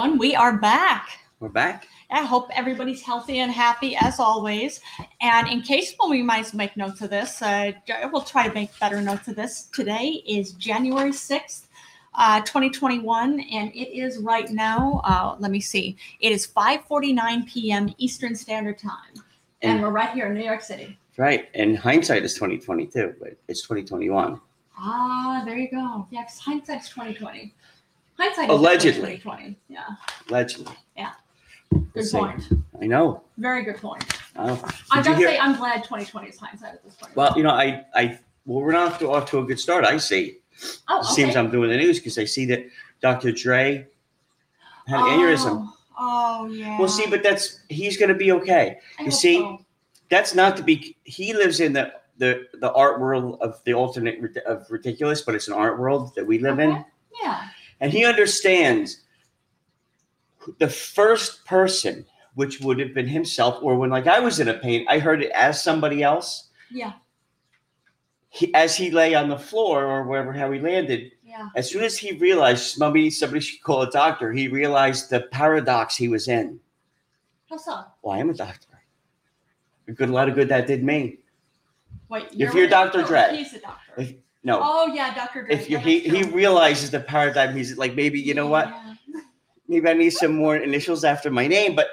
everyone. We are back. We're back. I hope everybody's healthy and happy as always. And in case well, we might make notes of this, uh, we'll try to make better notes of this. Today is January 6th, uh, 2021, and it is right now, uh, let me see, it is 5.49 p.m. Eastern Standard Time. And, And- we're right here in New York City. Right. And hindsight is 2022, but it's 2021. Ah, there you go. Yeah, 'cause hindsight's 2020. Hindsight Allegedly. is 2020. Yeah, Legend. Yeah. We'll good see. point. I know. Very good point. Oh. I Did you gotta hear- say, I'm glad 2020 is hindsight at this point. Well, you know, I, I, well, we're not off to a good start. I see. oh, It okay. seems I'm doing the news because I see that Dr. Dre had an aneurysm. Oh, oh, yeah. Well, see, but that's he's going to be okay. I you hope see, so. That's not to be. He lives in the the the art world of the alternate rid- of ridiculous, but it's an art world that we live in. Okay. yeah, And he understands the first person, which would have been himself, or when like I was in a pain, I heard it as somebody else. yeah, He, as he lay on the floor or wherever how he landed, yeah. as soon as he realized somebody somebody should call a doctor, he realized the paradox he was in. How so? Well, I am a doctor. A good lot of good that did me. Wait, you're Dr. oh, Dre. he's a doctor. If- No. oh yeah, Dr. Dre. if you, yeah, he, that's he true. realizes the paradigm, he's like, maybe, you know what? Yeah. Maybe I need some more initials after my name, but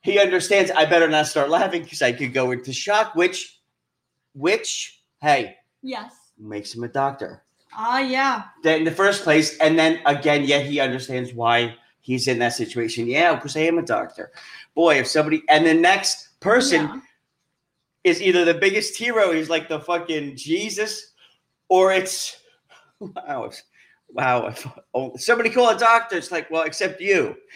he understands I better not start laughing because I could go into shock, which, which, hey, Yes. makes him a doctor. Ah, yeah. That in the first place. And then again, yet he understands why he's in that situation. Yeah, because I am a doctor. Boy, if somebody, and the next person Yeah. is either the biggest hero, he's like the fucking Jesus, or it's wow, it's- wow. If, oh, somebody call a doctor. It's like, well, except you.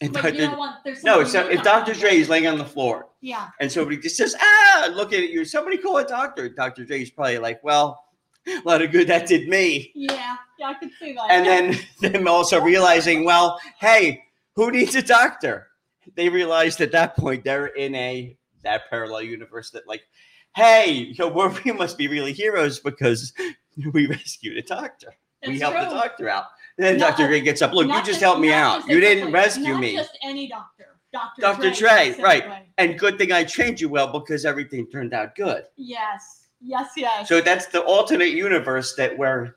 And But Dr. you know what? There's no, something except you if don't Dr. know. Dre is laying on the floor Yeah. and somebody just says, ah, looking at you, somebody call a doctor. Dr. Dre is probably like, well, a lot of good that did me. Yeah. Yeah, I could see that. And then them also realizing, well, hey, who needs a doctor? They realized at that point they're in a that parallel universe that like, hey, you know, we're, we must be really heroes because we rescued a doctor. It's we helped true. the doctor out. And then No, Dr. Gray gets up. Look, you Not just helped me not out. just You a didn't doctor, rescue not me. Just any doctor. Dr. Dr. Dre, Dre, right. specifically. and good thing I trained you well because everything turned out good. Yes. Yes. Yes. So that's the alternate universe that we're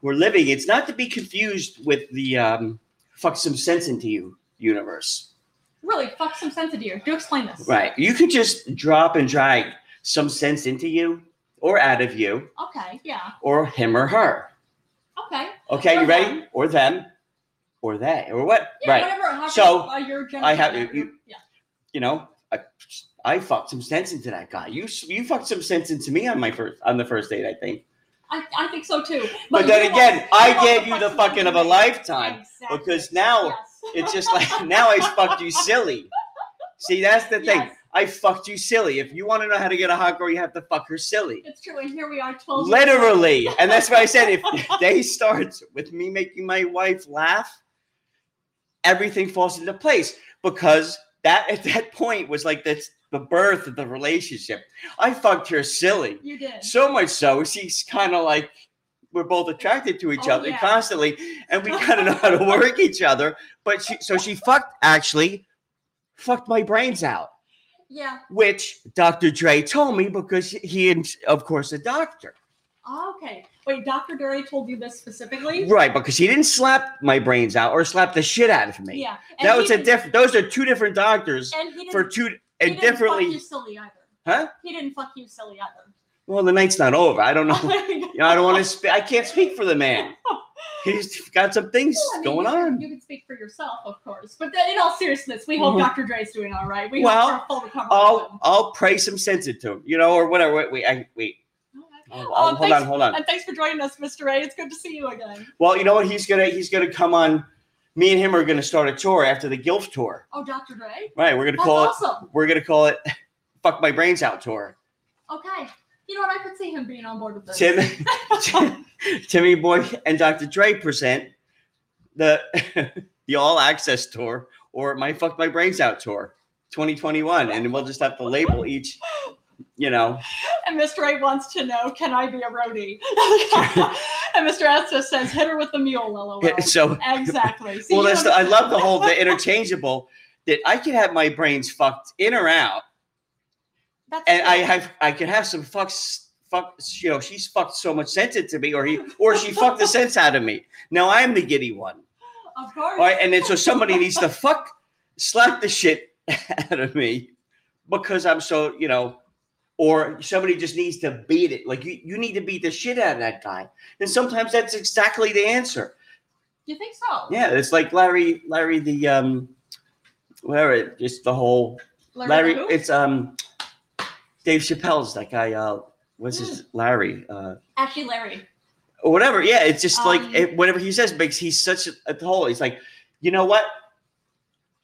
we're living. It's not to be confused with the um, fuck some sense into you universe, really, fuck some sense into you. Do explain this. right? You could just drop and drag some sense into you or out of you Okay. Yeah. or him or her. Okay. Okay, Or you ready? them. Or them, or they, or what? Yeah, right? whatever happens So, by your gender. I have- whatever. you- yeah. You know, I, I fucked some sense into that guy. You you fucked some sense into me on my first on the first date, I think. I, I think so too. But, you then know again, what? I know gave what you the fucking fucking of a thing. lifetime Exactly. because now Yes. It's just like now I fucked you silly. See, that's the thing. Yes. I fucked you silly. If you want to know how to get a hot girl, you have to fuck her silly. it's true, and here we are, twelve. years later. Literally. And that's why I said if they start with me making my wife laugh, everything falls into place because that at that point was like that's the birth of the relationship. I fucked her silly. you did. So much so she's kind of like we're both attracted to each Oh, other yeah. constantly, and we kind of know how to work each other. But she, so she fucked actually, fucked my brains out, Yeah. which Dr. Dre told me because he and of course a doctor, Oh, okay. Wait, Dr. Derry told you this specifically. right? Because he didn't slap my brains out or slap the shit out of me. Yeah. that was he a didn't- different. Those are two different doctors And he didn't. for two he didn't and Fuck you differently. silly either. Huh? He didn't fuck you silly either. Well, the night's not over. I don't know. You know, I don't want to. Spe- I can't speak for the man. He's got some things Well, I mean, going you can- on. You can speak for yourself, of course. But then, in all seriousness, we hope Mhm. Dr. Dre's doing all right. We Well, hope for a full recovery. I'll I'll pray some sense into him, you know, or whatever. Wait, wait, I, wait. I'll- I'll- Um, hold thanks- on, hold on. And thanks for joining us, Mr. Ray. It's good to see you again. Well, you know what? He's gonna he's gonna come on. Me and him are gonna start a tour after the Gilf tour. Oh, Dr. Dre? Right? We're gonna That's call awesome. it. We're gonna call it. Fuck my brains out tour. Okay. You know what? I could see him being on board with this. Tim, Timmy Boy, and Dr. Dre present the the All Access tour or my Fuck My Brains Out tour, 2021, and we'll just have to label each you know, And Mr. A wants to know, can I be a roadie? and Mr. S just says, hit her with the mule, lol. so Exactly. See, well, you that's the, I understand. love the whole the interchangeable that I can have my brains fucked in or out, That's and I good. have I can have some fucks fuck you know she's fucked so much sense into me or he or she fucked the sense out of me. Now I'm the giddy one, Of course. all right? And then so somebody needs to fuck slap the shit out of me because I'm so you know. Or somebody just needs to beat it. Like you, you need to beat the shit out of that guy. And sometimes that's exactly the answer. You think so? Yeah, it's like Larry, Larry the um, whatever, just the whole Larry. who? it's um, Dave Chappelle's that guy. Uh, what's Hmm. his Larry? Uh, Actually, Larry. or whatever. Yeah, it's just Um, like it, whatever he says makes he's such a, a whole. He's like, you know what?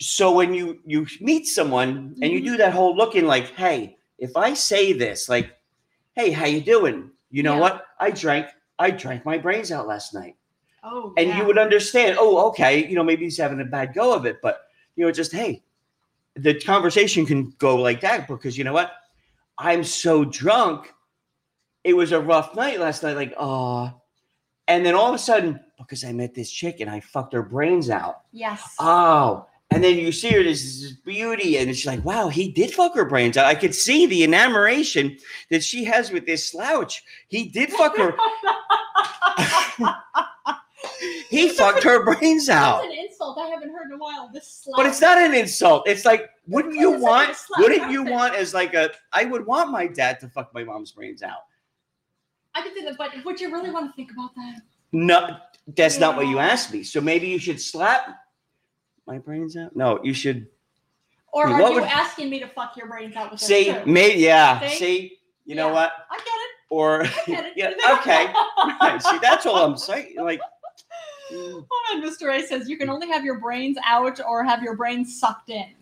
So when you you meet someone and you Mhm. do that whole looking like, hey, if I say this, like, hey, how you doing? You know Yeah. what? I drank, I drank my brains out last night Oh. and yeah. you would understand oh okay you know maybe he's having a bad go of it but you know just hey the conversation can go like that because you know what i'm so drunk it was a rough night last night like oh and then all of a sudden because i met this chick and i fucked her brains out Yes. oh and then you see her this, this beauty and she's like wow he did fuck her brains out i could see the enamoration that she has with this slouch he did fuck her he fucked her brains out That's an insult I haven't heard in a while. This slap. But it's not an insult. It's like, wouldn't you Because it's like a want? slap Wouldn't you outfit. want as like a? I would want my dad to fuck my mom's brains out. I could do that, but would you really want to think about that? No, that's not what you Yeah. asked me. So maybe you should slap my brains out. No, you should Or Hmm, are what you would- asking me to fuck your brains out with this see. too? Maybe yeah. See? See, you know Yeah. what? I get Or it. I get it. yeah, okay. Right, see, that's all I'm saying. Like, mm, Oh, and Mr. A says you can only have your brains out or have your brains sucked in.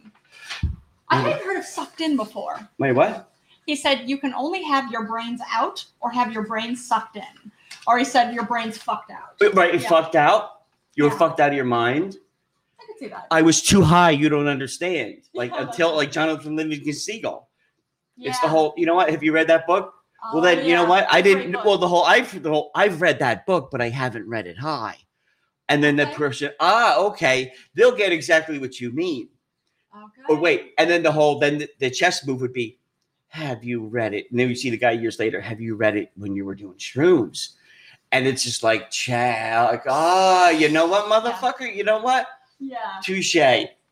I Hmm. hadn't heard of sucked in before. wait, what? He said you can only have your brains out or have your brains sucked in. Or he said your brains fucked out. I Right, you Yeah. fucked out. You were Yeah. fucked out of your mind. can see that. I was too high. You don't understand. Like Yeah. until like Jonathan Livingston Seagull. It's Yeah. the whole. You know what? Have you read that book? Oh, Well, then you know yeah. what? I Great didn't. book. Well, the whole I've the whole I've read that book, but I haven't read it high. And then Okay. the person, ah, okay, they'll get exactly what you mean. Okay. Or Oh, wait, and then the whole then the, the chess move would be, have you read it? And then you see the guy years later, have you read it when you were doing shrooms? And it's just like, chow, like, ah, you know what, motherfucker? You know what? Uh-huh. Yeah. Touche.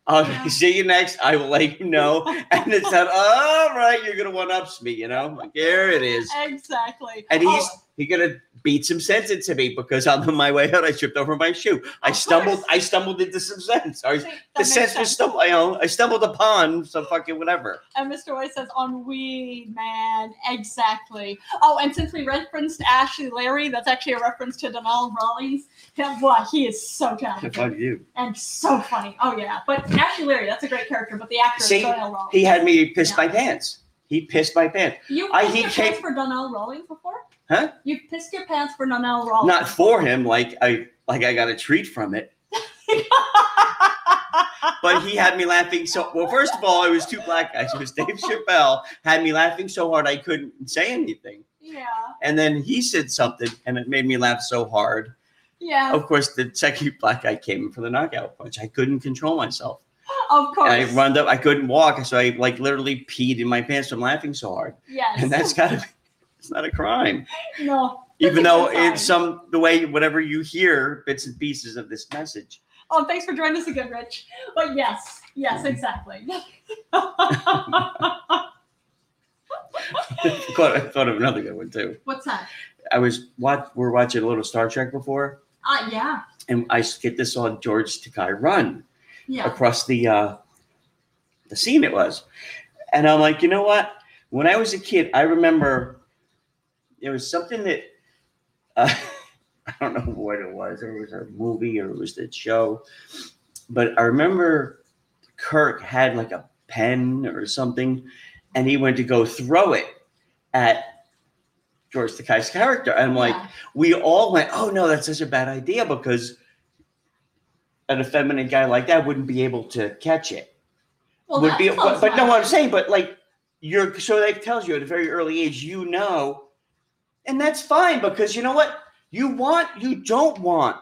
I'll Yeah. see you next. I will let you know. And it's not, all right, you're gonna one ups me, you know? Like, here it is. Exactly. And he's Oh, he gonna beat some sense into me because on my way out I tripped over my shoe. I Of stumbled. course. I stumbled into some sense. see, Or that the makes sense was sense. stumbled. I own. I stumbled upon some fucking whatever. And Mr. White says, on weed, man. Exactly. Oh, and since we referenced Ashley Larry, that's actually a reference to Donald Rawlings. Him, what? He is so talented Fuck you. and so funny. Oh, yeah. But Ashley Larry, that's a great character, but the actor See, is Donald Rawlings. He had me piss Yeah. my pants. He pissed my pants. you I- pissed he your came- pants for Donald Rawlings before? Huh? You pissed your pants for Donald Rawlings. Not for him. Like I like I got a treat from it. But he had me laughing so well. First of all, it was two black guys. It was Dave Chappelle had me laughing so hard I couldn't say anything. yeah. And then he said something, and it made me laugh so hard. Yeah. of course, the second black guy came for the knockout punch. I couldn't control myself. Of course. And I run up. I couldn't walk, so I like literally peed in my pants from laughing so hard. yes. And that's gotta be. It's not a crime, no. even That's though a good it's sign. some the way whatever you hear bits and pieces of this message. Oh, thanks for joining us again, Rich. But yes, Mm-hmm. yes, exactly. What's I thought, I thought of another good one too. that? I was watch. We're watching a little Star Trek before, Uh, yeah, and I skipped this on George Takai run. yeah. across the uh, the scene it was. And I'm like, you know what? When I was a kid, I remember there was something that uh, I don't know what it was. It was a movie or it was the show, but I remember Kirk had like a pen or something, and he went to go throw it at George Takei's character. I'm like, yeah. we all went, oh no, that's such a bad idea because an effeminate guy like that wouldn't be able to catch it. Well, would that be, sounds but, but no, nice. what I'm saying, but like you're so that tells you at a very early age you know and that's fine because you know what you want you don't want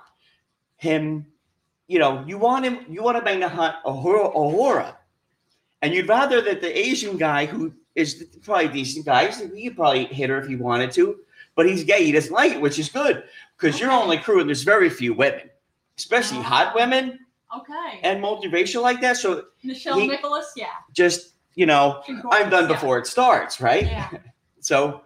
him you know you want him you want to bang the hot ahura ahura and you'd rather that the asian guy who is probably a decent guy he could probably hit her if he wanted to but he's gay he doesn't like it which is good because you're Okay. Oh. only crew and there's very few women especially hot women Okay. and multiracial like that so Michelle he- Nicholas, yeah. just you know She's i'm gorgeous, done yeah. before it starts right Yeah. So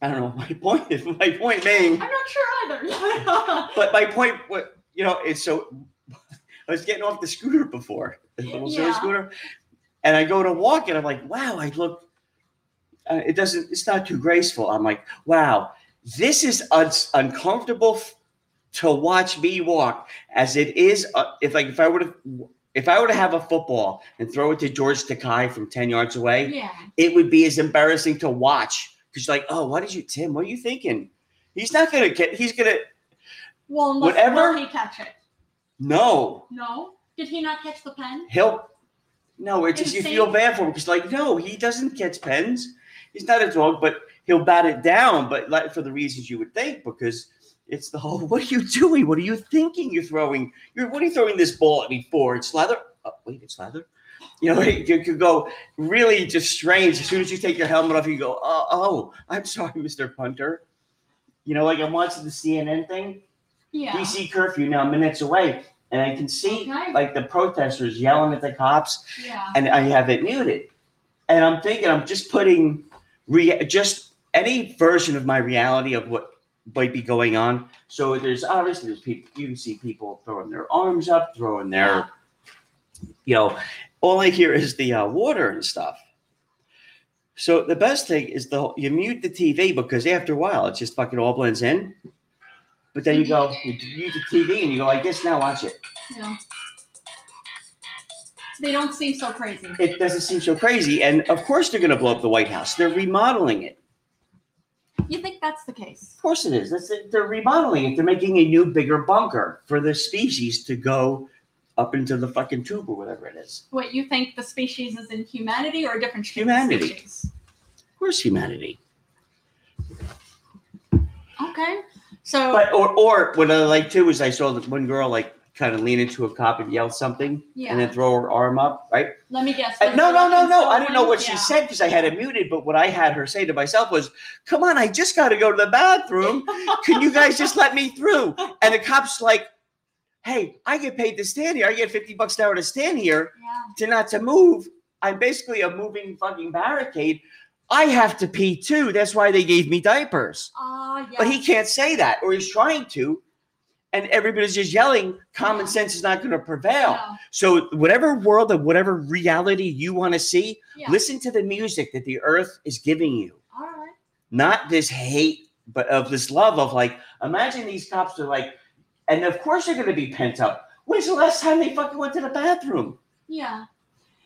I don't know what my point is. My point being, I'm not sure either. but my point, what you know, is so I was getting off the scooter before the little silver Yeah. scooter, and I go to walk, and I'm like, wow, I look. Uh, it doesn't. It's not too graceful. I'm like, wow, this is un- uncomfortable f- to watch me walk, as it is. Uh, if like if I would have. If I were to have a football and throw it to George Takai from 10 yards away, yeah. it would be as embarrassing to watch because you're like, oh, what did you, Tim? What are you thinking? He's not gonna get. He's gonna Well, unless, Whatever- will he catch it? no. No. Did he not catch the pen? He'll no. It just you Insane. feel bad for him because like no, he doesn't catch pens. He's not a dog, but he'll bat it down. But like for the reasons you would think, because it's the whole. What are you doing? What are you thinking? You're throwing. You're what are you throwing this ball at me for? It's leather. Oh, wait, it's leather. You know, you could go really just strange. As soon as you take your helmet off, you go, oh, oh I'm sorry, Mr. Punter. You know, like I'm watching the CNN thing. Yeah. Oh, DC curfew now minutes away, and I can see Okay. like the protesters yelling at the cops, yeah. and I have it muted. And I'm thinking I'm just putting rea- just any version of my reality of what might be going on. So there's obviously there's people you see people throwing their arms up, throwing their, you know, all I hear is the uh, water and stuff. So the best thing is the you mute the TV because after a while it just fucking all blends in. But then you go you mute the TV and you go like this now watch it. Yeah. They don't seem so crazy. it doesn't seem so crazy. And of course, they're going to blow up the White House. They're remodeling it. You think that's the case? Of course, it is. That's it. They're remodeling it. They're making a new, bigger bunker for the species to go up into the fucking tube or whatever it is. What you think the species is in humanity or a different shape of Humanity. species? Of course, humanity. Okay. So But or or what I like too is I saw that one girl like kind of lean into a cop and yell something yeah. and then throw her arm up, right? Let me guess. And Uh, no, no, no, no. I don't know what she Yeah. said because I had it muted. But what I had her say to myself was, "Come on, I just got to go to the bathroom. Can you guys just let me through?" And the cop's like, "Hey, I get paid to stand here. I get fifty bucks an hour to stand here Yeah. to not to move. I'm basically a moving fucking barricade. I have to pee too. That's why they gave me diapers." Uh, yeah. But he can't say that, or he's trying to. And everybody's just yelling, common Yeah. sense is not going to prevail. No. So, whatever world and whatever reality you want to see, Yeah. Listen to the music that the earth is giving you, All right. not this hate, but of this love of like, imagine these cops are like, and of course they're going to be pent up. When's the last time they fucking went to the bathroom? Yeah.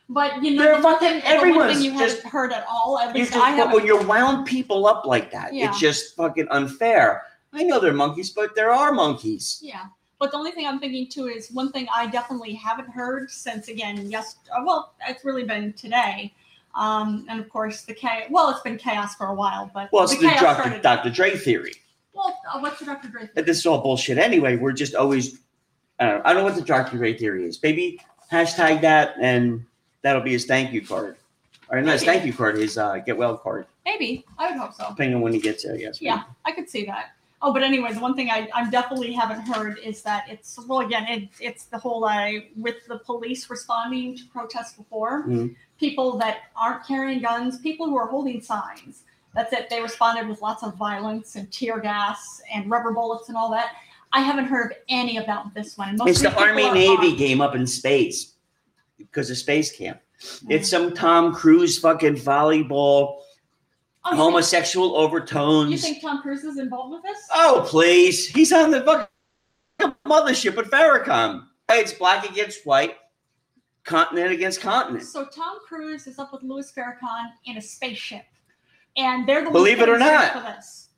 But you know, They're the one fucking- thing- the one thing everyone's you haven't just- heard at all. At You least just, I but when haven't. you're wound people up like that, Yeah. it's just fucking unfair. I know they're monkeys, but there are monkeys. Yeah. But the only thing I'm thinking too is one thing I definitely haven't heard since again. Yes. uh, Well, it's really been today. Um, and of course the chaos. Well, it's been chaos for a while, but Well, it's the, chaos Dr. started. Dr. Dre theory. Well, uh, what's the Dr. Dre? That this is all bullshit anyway. We're just always, I don't know, I don't know what the Dr. Dre theory is. Maybe hashtag that and that'll be his thank you card. Or not his thank you card, his uh, get well card, Maybe I would hope so. depending on when he gets there, I guess. Yeah, I could see that. Oh, but anyway, the one thing I, I definitely haven't heard is that it's well again, it, it's the whole uh, with the police responding to protests before Mhm. people that aren't carrying guns, people who are holding signs. That's it. They responded with lots of violence and tear gas and rubber bullets and all that. I haven't heard of any about this one. Most It's of the people Army are Navy armed. game up in space because of space camp. It's some Tom Cruise fucking volleyball, Oh, you think- homosexual You overtones. think Tom Cruise is involved with this? Oh, please. He's on the fucking mothership at Farrakhan. It's black against white, continent against continent. So Tom Cruise is up with Louis Farrakhan in a spaceship, and they're the ones Believe it or getting searched not. for this.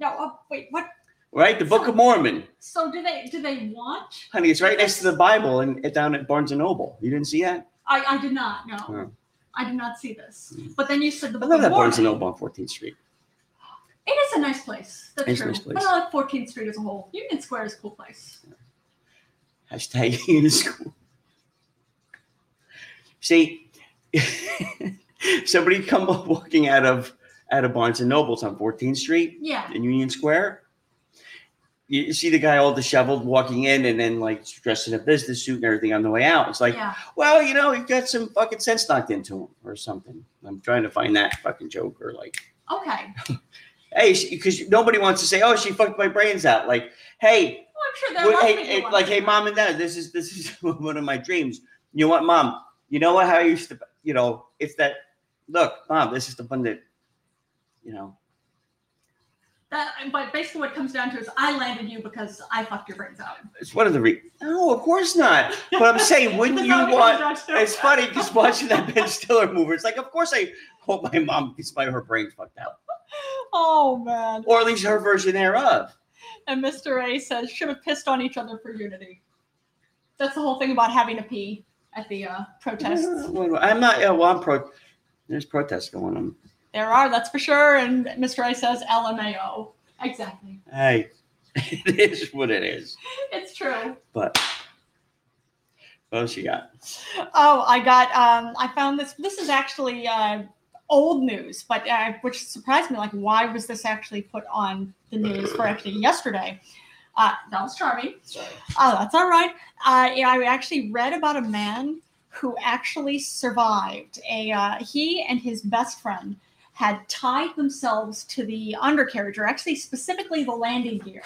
No, oh, wait, what? Right? The Book of Mormon. So do they? Do they want? Honey, it's right next to the Bible and down at Barnes and Noble. You didn't see that? I, I did not know. I did not see this. But then you said the Hmm. I love that Barnes warning. and Noble on 14th Street. It is a nice place. That's It's a true. nice place. But I like 14th Street as a whole. Union Square is a cool place. Hashtag Unischool. See, somebody come up walking out of out of Barnes and Nobles on 14th Street Yeah. in Union Square. You see the guy all disheveled walking in, and then like dressed in a business suit and everything on the way out. It's like, yeah. well, you know, he got some fucking sense knocked into him or something. I'm trying to find that fucking joke or like, Okay. hey, because nobody wants to say, oh, she fucked my brains out. Like, hey, Well, I'm sure there well, must hey, be hey, one. like, hey, mom and dad, this is this is one of my dreams. You know what, mom? You know what? How I used to, you know, it's that. Look, mom, this is the one that, you know, That, but basically, what it comes down to is I landed you because I fucked your brains out. it's one of the. Re- no, of course not. But I'm saying, wouldn't That's you how it want? comes down to. It's funny because watching that Ben Stiller movie, it's like, of course I hope my mom gets my her brains fucked out, Oh man. or at least her version thereof. And Mr. A says should have pissed on each other for unity. That's the whole thing about having to pee at the uh, protests. I'm not. Yeah, well, I'm pro. There's protests going on. there are, that's for sure. And Mr. A says LMAO. Exactly. Hey, it is what it is. It's true. But what else you got? Oh, I got. Um, I found this. This is actually uh, old news, but uh, which surprised me. Like, why was this actually put on the news for actually yesterday? Uh, that was charming. Sorry. Oh, that's all right. Uh, yeah, I actually read about a man who actually survived. A uh, he and his best friend had tied themselves to the undercarriage, or actually specifically the landing gear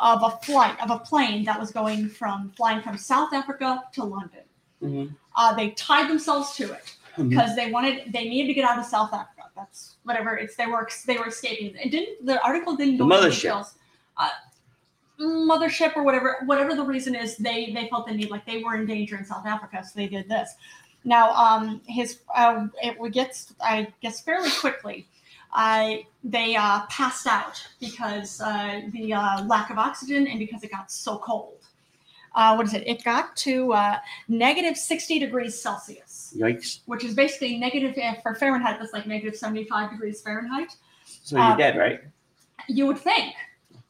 of a flight of a plane that was going from flying from South Africa to London. Mm-hmm. Uh, they tied themselves to it because they wanted they needed to get out of South Africa. That's whatever it's they were they were escaping. It didn't the article didn't The go into mothership. details. Uh, mothership or whatever whatever the reason is they they felt the need like they were in danger in South Africa so they did this. Now um his uh, it gets I guess fairly quickly. I they uh, passed out because uh, the uh, lack of oxygen and because it got so cold. Uh, what is it? It got to uh, negative 60 degrees Celsius Yikes! which is basically negative eh, for Fahrenheit, that's like negative 75 degrees Fahrenheit. So you're Uh, dead, right? You would think,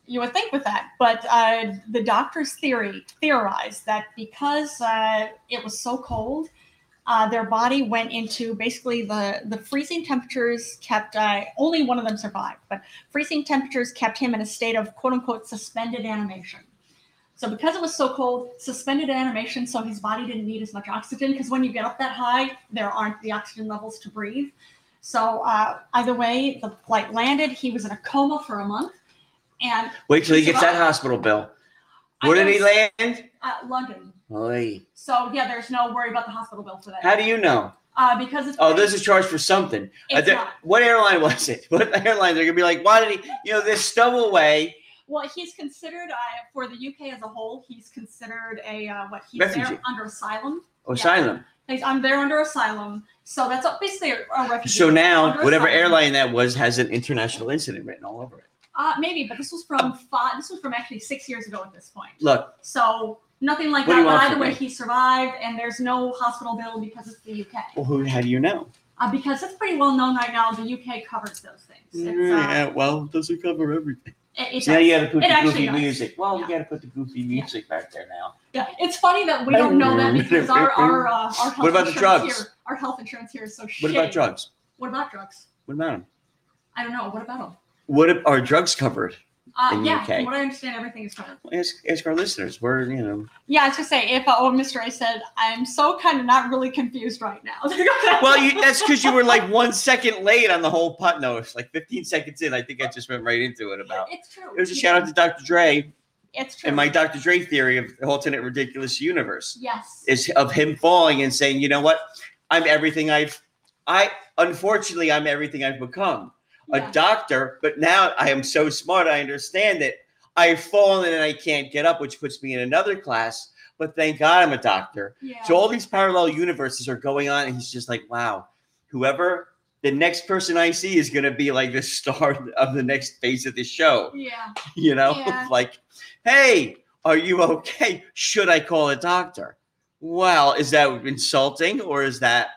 you would think with that, but uh, the doctor's theory theorized that because uh, it was so cold, uh, their body went into basically the the freezing temperatures kept uh, only one of them survived, but freezing temperatures kept him in a state of quote unquote suspended animation. So because it was so cold, suspended animation, so his body didn't need as much oxygen. Because when you get up that high, there aren't the oxygen levels to breathe. So uh, either way, the flight landed. He was in a coma for a month, and Wait till he gets that survived. hospital bill. I Where did he guess- land? at London. Oy. So yeah, there's no worry about the hospital bill for that. How do you know? uh, because it's Oh, there's a charge for something. Uh, it's there- not. what airline was it? What airline? They're gonna be like, why did he? You know, this stowaway Well, he's considered uh, for the UK as a whole. He's considered a uh, what he's Refugee. there under asylum. asylum. He's I'm there under asylum. So that's basically a, a refugee. So now, Under whatever asylum. airline that was has an international incident written all over it. Uh, maybe, but this was from five. This was from actually six years ago at this point. Look, So nothing like What that. do you But want either from way, me? he survived, and there's no hospital bill because it's the UK. well, who? How do you know? Uh, because it's pretty well known right now. The UK covers those things. It's, uh, Yeah, well, it doesn't cover everything. it, it So now does. you got to put It the actually goofy does. music. Well, Yeah. you got to put the goofy music back there now. Yeah, it's funny that we don't know that because our our uh, our health What about the insurance drugs? here, our health insurance here is so shitty. What about drugs? What about drugs? What about them? I don't know. What about them? What if, are drugs covered? Uh, In the yeah, UK. from what I understand, everything is covered. Ask ask our listeners. We're you know. Yeah, I was gonna say if uh, oh, Mr. I said I'm so kind of not really confused right now. Well, you, that's because you were like one second late on the whole putt. No, it's like 15 seconds in. I think I just went right into it about. it's true. It was a shout out to Dr. Dre It's true. and my Dr. Dre theory of the alternate ridiculous universe yes. is of him falling and saying, you know what, I'm everything I've. I unfortunately I'm everything I've become. a yeah. doctor, but now I am so smart. I understand that I've fallen and I can't get up, which puts me in another class. But thank God I'm a doctor. Yeah. So all these parallel universes are going on, and he's just like, wow, whoever the next person I see is going to be like the star of the next phase of the show, yeah. you know? Yeah. like, hey, are you okay? Should I call a doctor? Well, is that insulting or is that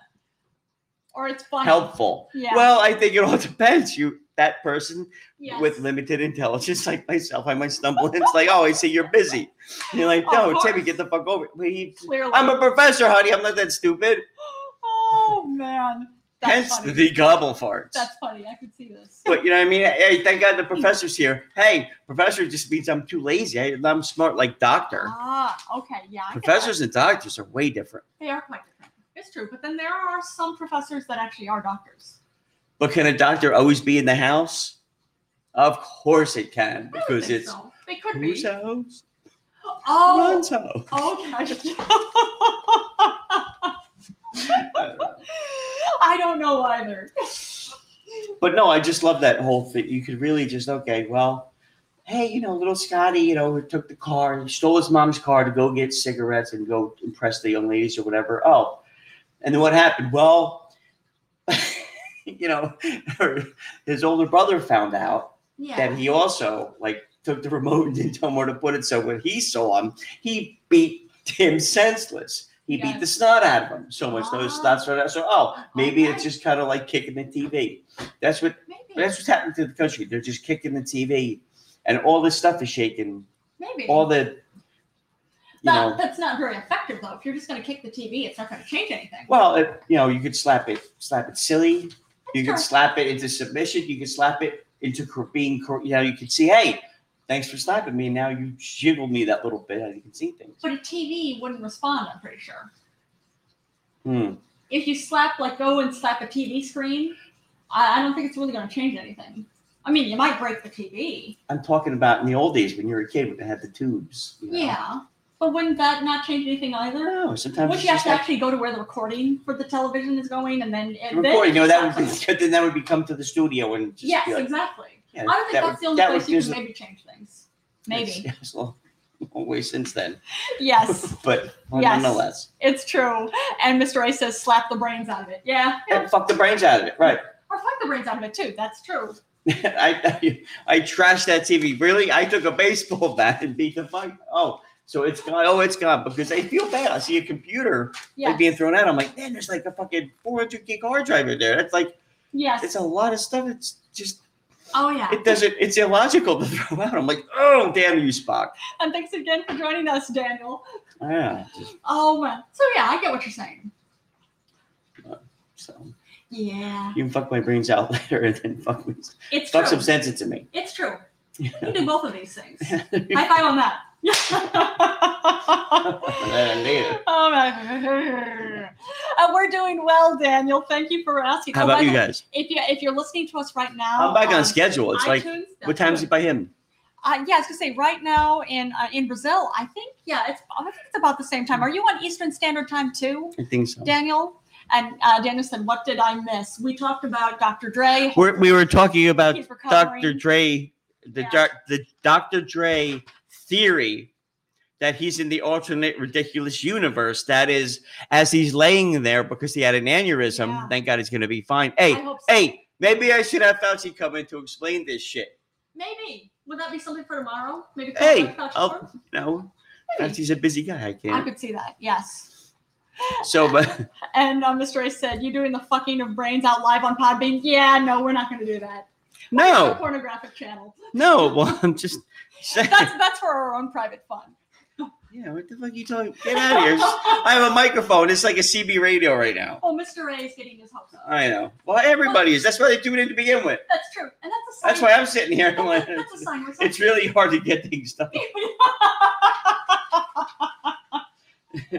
or it's funny. helpful. Yeah. Well, I think it all depends. You that person Yes. with limited intelligence, like myself, I might stumble and it's like, oh, I see you're busy. And you're like, Of no, course. Timmy, get the fuck over. it." We- clearly. I'm a professor, honey. I'm not that stupid. oh man, that's Hence funny. the gobble farts. that's funny. I could see this. but you know what I mean? Hey, thank God the professor's here. Hey, professor just means I'm too lazy. I, I'm smart like doctor. Ah, okay, yeah. I get that. Professors and doctors are way different. They are quite different. It's true, but then there are some professors that actually are doctors. But can a doctor always be in the house? Of course it can, I don't because think it's so. they could whose be. house? Oh, Ron's house. okay. Uh, I don't know either. But no, I just love that whole thing. You could really just okay, well, hey, you know, little Scotty, you know, who took the car, he stole his mom's car to go get cigarettes and go impress the young ladies or whatever. Oh, and then what happened? Well, you know, her, his older brother found out Yeah. that he also like took the remote and didn't tell him where to put it. So when he saw him, he beat him senseless. He beat the Yes. snot out of him so much. Those Ah. snot out. So oh, maybe it's Okay. just kind of like kicking the TV. That's what Maybe. but that's what's happening to the country. They're just kicking the TV, and all this stuff is shaking. Maybe. All the, you That- know, That's not very effective though. If you're just going to kick the TV, it's not going to change anything. well, it, you know, you could slap it, slap it silly. You Sure. could slap it into submission. You could slap it into cor- being, cor- you know, you could see, hey, thanks for slapping me. Now you jiggled me that little bit, and you can see things. But a TV wouldn't respond. I'm pretty sure. Hmm. If you slap, like, go and slap a TV screen, I, I don't think it's really going to change anything. I mean, you might break the TV. I'm talking about in the old days when you were a kid when they had the tubes. you know. Yeah, but wouldn't that not change anything either? No, sometimes Would it's you have just to like actually go to where the recording for the television is going, and then it, recording. No, Then that would be then that would be come to the studio and just yes, be like, exactly. yeah, I don't think that that's would- the only that place would you use can the- maybe change things. Maybe It's, it's a long, long way since then, yes, but Yes. nonetheless, it's true. And Mr. A says, "Slap the brains out of it." Yeah, yeah. and fuck the brains out of it, right? or fuck the brains out of it too. That's true. I, I I trashed that TV. Really, I took a baseball bat and beat the fuck. Oh, so it's gone. Oh, it's gone because I feel bad. I see a computer Yes, like being thrown out. I'm like, man, there's like a fucking 400 gig hard drive in there. That's like yes. it's a lot of stuff. It's just oh yeah. it doesn't. It's illogical to throw out. I'm like, oh damn you, Spock. And thanks again for joining us, Daniel. Yeah. just- Oh man. So yeah, I get what you're saying. so Yeah, you can fuck my brains out later and then fuck me. it's Fuck true. some sense into me. It's true. You can do both of these things. High five on that. Indeed. oh man. Uh, we're doing well, Daniel. Thank you for asking. How Oh, about by you the- guys? If you if you're listening to us right now, I'm back on on schedule. It's like, iTunes, what that's time is good. it by him? Uh, yeah, I was gonna say right now in uh, in Brazil, I think yeah, it's I think it's about the same time. Are you on Eastern Standard Time too, I think so. Daniel? And uh, Daniel said, "What did I miss?" We talked about Dr. Dre. We're, we were talking about He's recovering. Dr. Dre, the Yeah. doc- the Dr. Dre theory that he's in the alternate ridiculous universe. That is, as he's laying there because he had an aneurysm. Yeah. Thank God he's going to be fine. I Hey, hope so. hey, maybe I should have Fauci come in to explain this shit. Maybe would that be something for tomorrow? Maybe talk Hey, about Fauci I'll- more? No, Maybe. Fauci's a busy guy. I I can't. could see that. Yes. So, but. And uh, Mr. A said, "You doing the fucking of brains out live on Podbean?" Yeah, no, we're not going to do that. That's a No, pornographic channel. no. Well, I'm just saying. That's that's for our own private fun. Yeah, what the fuck you talking? Get out of here! I have a microphone. It's like a CB radio right now. oh, Mr. A is getting his hopes up. I know. Well, everybody is. That's why they do it in to begin with. That's true, and that's a sign. That's why I'm sitting here. I'm like, That's, that's a sign. We're it's really hard to get things done.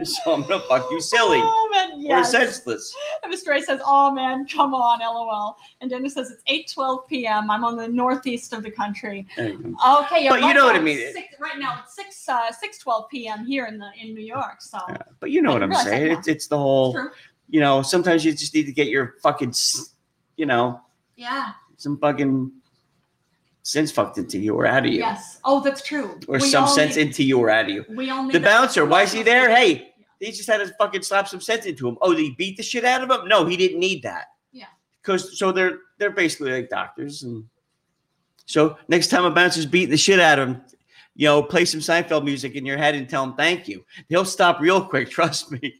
so I'm gonna fuck you silly Oh man, or yes. senseless. And Mr. A says, "Oh man, come on, lol." And Dennis says, "It's 8:12 p.m. I'm on the northeast of the country." There you go. Okay, yeah, But you right know now what I it's mean. Six, right now it's six uh, six twelve p.m. here in the in New York. So But you know what I'm Yes, I saying. know. It's it's the whole. true. You know, sometimes you just need to get your fucking, s- you know, Yeah. some fucking sense fucked into you or out of you, Yes. Oh, that's true. or some all sense need- into you or out of you. we all need The that. bouncer, why is he there? Hey, Yeah. he just had to fucking slap some sense into him. Oh, did he beat the shit out of him? No, he didn't need that. Yeah. Because so they're they're basically like doctors, and so next time a bouncer's beating the shit out of him, you know, play some Seinfeld music in your head and tell him thank you. He'll stop real quick. Trust me.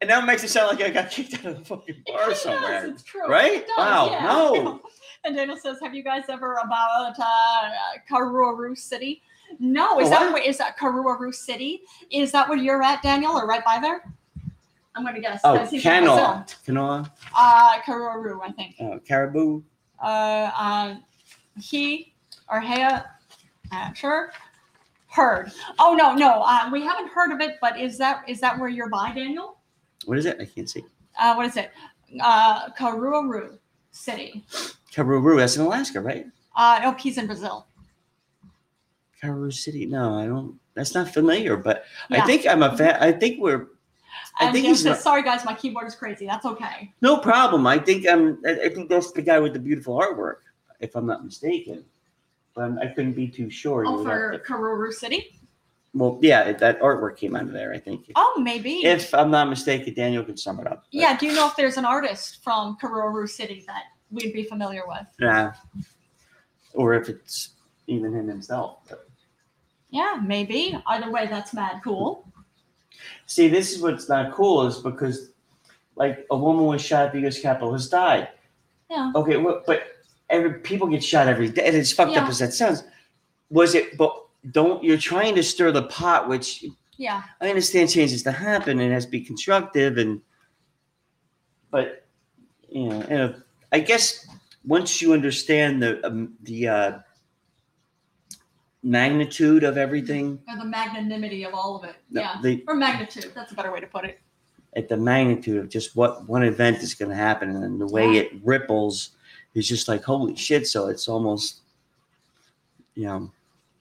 And now it makes it sound like I got kicked out of the fucking It bar kinda somewhere. Does, it's true. right? It does, Wow, yeah. no. And Daniel says, "Have you guys ever about uh, Karuru City? No. Is Oh, that what? where is that Karuru City? Is that where you're at, Daniel, or right by there? I'm gonna guess. Oh, 'cause he's from Brazil. canola, canola, Uh, Karuru, I think. oh, caribou. Uh, uh, he or Hea, uh, sure. Heard. Oh no, no. Uh, we haven't heard of it, but is that is that where you're by, Daniel? What is it? I can't see. uh, what is it? Uh, Karuru City. Caribou. That's in Alaska, right? Uh, oh, he's in Brazil. Caribou City. No, I don't. That's not familiar. But Yeah. Mm-hmm. I think I'm a fan. I think we're I And think Jim he's says, not- sorry guys, my keyboard is crazy. That's okay. no problem. I think I'm. I, I think that's the guy with the beautiful artwork, if I'm not mistaken. But I'm, I couldn't be too sure. You Oh, would for have to- Karuru City? well, yeah, it- that artwork came out of there. I think. Oh, maybe. If I'm not mistaken, Daniel can sum it up. but- yeah, do you know if there's an artist from Karuru City that we'd be familiar with? Nah. uh, Or if it's even him himself. but- Yeah, maybe. Either way, that's mad cool. See, this is what's not cool is because, like, a woman was shot at the U.S. Capitol has died. Yeah. Okay, well, but every, people get shot every day, and it's fucked Yeah. up as that sounds. Was it? But don't you're trying to stir the pot, which Yeah. I understand changes to happen and it has to be constructive and but you know and if- I guess once you understand the um, the uh, magnitude of everything Or the magnanimity of all of it. the- Yeah. the Or magnitude. That's a better way to put it. at the magnitude of just what one event is going to happen and then the way it ripples is just like holy shit so it's almost you know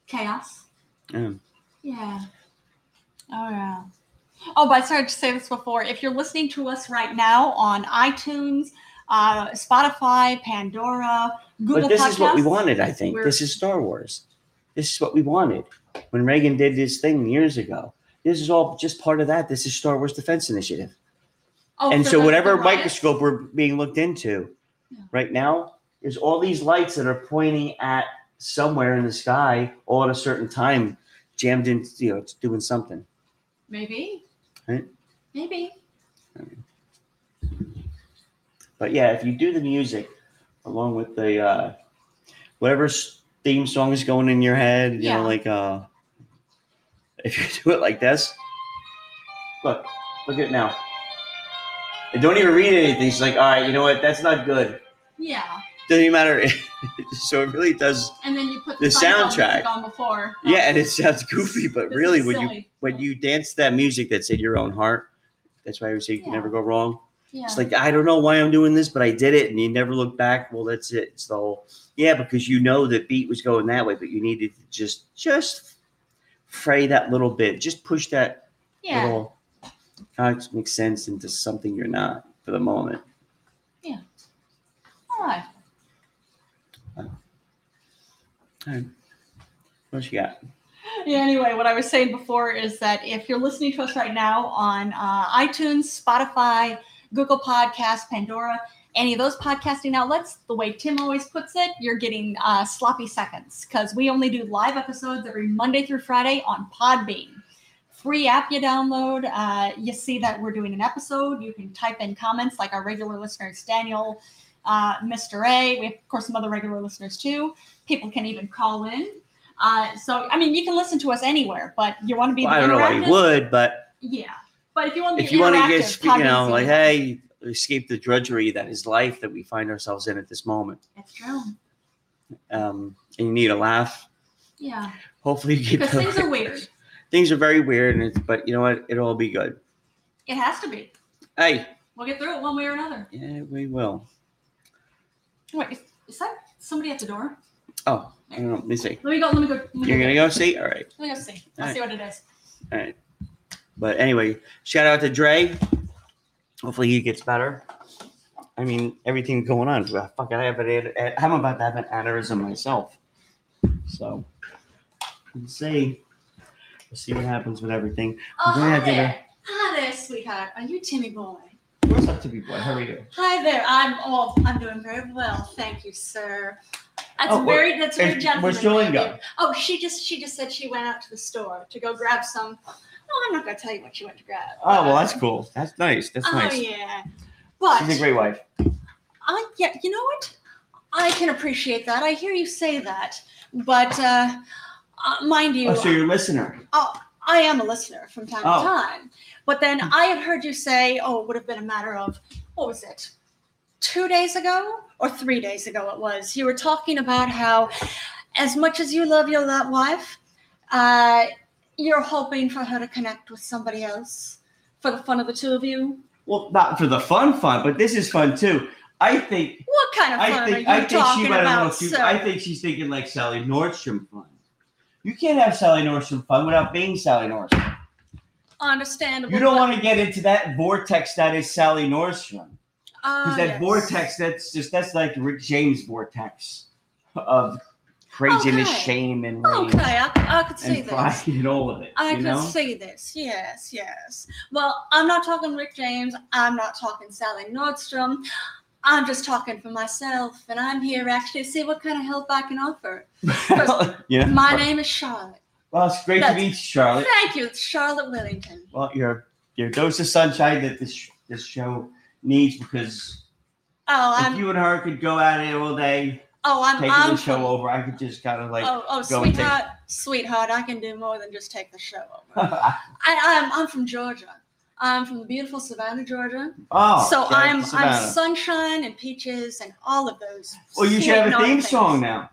Chaos. um, Yeah. Oh yeah. Oh, but I started to say this before. If you're listening to us right now on iTunes, uh, Spotify, Pandora, Google but this Podcasts, is what we wanted I think We're- this is Star Wars this is what we wanted when Reagan did his thing years ago this is all just part of that this is Star Wars Defense Initiative Oh, and for so the- whatever the riots? microscope we're being looked into Yeah. right now is all these lights that are pointing at somewhere in the sky all at a certain time jammed in you know it's doing something maybe, Right. maybe. But yeah, if you do the music along with the uh, whatever s- theme song is going in your head, you Yeah. know, like uh, if you do it like this, look, look at it now. I don't even read anything. She's like, all right, you know what? That's not good. Yeah, Doesn't even matter. so it really does. and then you put The the, Seinfeld soundtrack. music on before. Yeah, and it sounds goofy, but This really, is when you silly. when you dance that music that's in your own heart, that's why we say you can Yeah. never go wrong. yeah. It's like I don't know why I'm doing this, but I did it, and you never look back. Well, that's it. It's the whole yeah, because you know the beat was going that way, but you needed to just just fray that little bit, just push that yeah. little cosmic sense into something you're not for the moment. All right. What else you got? Yeah, anyway, what I was saying before is that if you're listening to us right now on uh, iTunes, Spotify, Google Podcasts, Pandora, any of those podcasting outlets, the way Tim always puts it, you're getting uh, sloppy seconds because we only do live episodes every Monday through Friday on Podbean. Free app you download. Uh, you see that we're doing an episode. You can type in comments like our regular listeners, Daniel, uh, Mr. A. We have, of course, some other regular listeners too. People can even call in. Uh, so, I mean, you can listen to us anywhere, but you want to be Well, I don't know why interactive? you would, but Yeah. But if you want to be if you want to interactive, get you know Podbean's like the- hey, escape the drudgery that is life that we find ourselves in at this moment, That's true. um, and you need a laugh. Yeah. Hopefully, you get Because the- things are weird. things are very weird, and it's but you know what? It'll all be good. It has to be. Hey, We'll get through it one way or another. yeah, we will. Wait, is, is that somebody at the door? Oh, I don't know. Let me see. Let me go. Let me go. Let me You're gonna go. go see? All right. Let me go see. I'll Alright. see what it is. But anyway, shout out to Dre. Hopefully he gets better. I mean, everything going on. Well, Fuck, I have an, an- I'm about to have an aneurysm myself. So we'll see. We'll see what happens with everything. Oh, Yeah, hi I did there. Hi there, sweetheart. Are you Timmy boy? What's up, to be boy? How are you? Hi there. I'm all. I'm doing very well, thank you, sir. That's Oh, very. That's very and gentlemanly. where's Jolene of go? you. Oh, she just. She just said she went out to the store to go grab some. Oh, I'm not going to tell you what she went to grad. Oh well, that's cool. That's nice. That's oh nice. yeah, but She's a great wife. I yeah, you know what? I can appreciate that. I hear you say that, but uh, uh, mind you, Oh, so you're a listener. I am a listener from time Oh. Hmm. to time. But then I had heard you say, "Oh, it would have been a matter of what was it, two days ago or three days ago? It was you were talking about how, as much as you love your lo- wife, uh, you're hoping for her to connect with somebody else for the fun of the two of you. Well, not for the fun, fun, but this is fun too. I think What kind of fun I think are I you think talking she might have about? known she, sir? I think she's thinking like Sally Nordstrom fun. You can't have Sally Nordstrom fun without being Sally Nordstrom. Understandable. You don't want to get into that vortex that is Sally Nordstrom. Ah, Because that yes. vortex, that's just that's like Rick James vortex of craziness, Okay. shame, and rage Oh, Okay, I, I could see and this. pride and all of it. I you could know? see this. Yes, yes. Well, I'm not talking Rick James. I'm not talking Sally Nordstrom. I'm just talking for myself, and I'm here actually to see what kind of help I can offer. you know? My name is Charlotte. Well, it's great to That's- meet you, Charlotte. Thank you, it's Charlotte Willington. Well, your your dose of sunshine that this sh- this show needs because Oh, if I'm. you and her could go at it all day, Oh, I'm. taking I'm the show over, I could just kind of like. oh, oh, go and take- sweetheart, sweetheart, I can do more than just take the show over. I, I'm. I'm from Georgia. I'm from the beautiful Savannah, Georgia. oh, so yeah, I'm. Savannah. I'm sunshine and peaches and all of those. Well, Oh, you should sweet, have a naughty theme things. song now.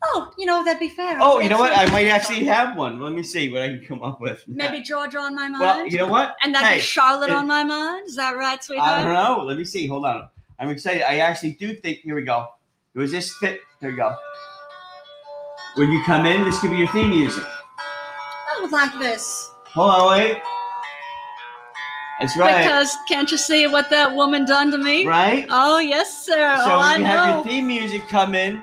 Oh, you know, that'd be fair. Oh, you know what? I might Absolutely. actually have one. Let me see what I can come up with. Maybe Georgia on my mind. Well, you know what? and that'd hey, be Charlotte it- Uh-huh. on my mind. Is that right, I don't sweetheart? know. Let me see. Hold on. I'm excited. I actually do think. Here we go. Was this fit? There you go. When you come in, this could be your theme music. I would like this. Hold on, wait. That's right. Because can't you see what that woman done to me? Right. Oh, yes, sir. So oh, I when you have know. your theme music come in,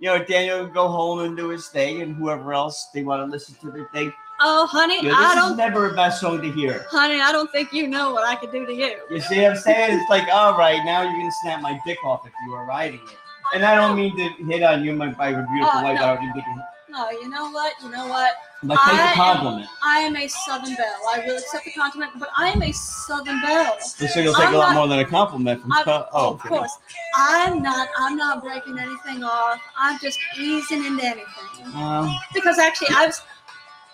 you know Daniel can go home and do his thing, and whoever else they want to listen to their thing. Oh, honey, You know, I this don't. is never a bad song to hear. honey, I don't think you know what I could do to you. You see what I'm saying? It's like, all right, now you're gonna snap my dick off if you are riding it. And I don't mean to hit on you, my, my beautiful Oh, wife. no. I don't mean to No, Oh, you know what? You know what? like take I a am- compliment. I am a Southern Belle. I will accept the compliment, but I am a Southern Belle. This thing will take I'm a lot not- more than a compliment from I, Scott. Oh, of okay. course. I'm not. I'm not breaking anything off. I'm just easing into anything Um, because actually, I was,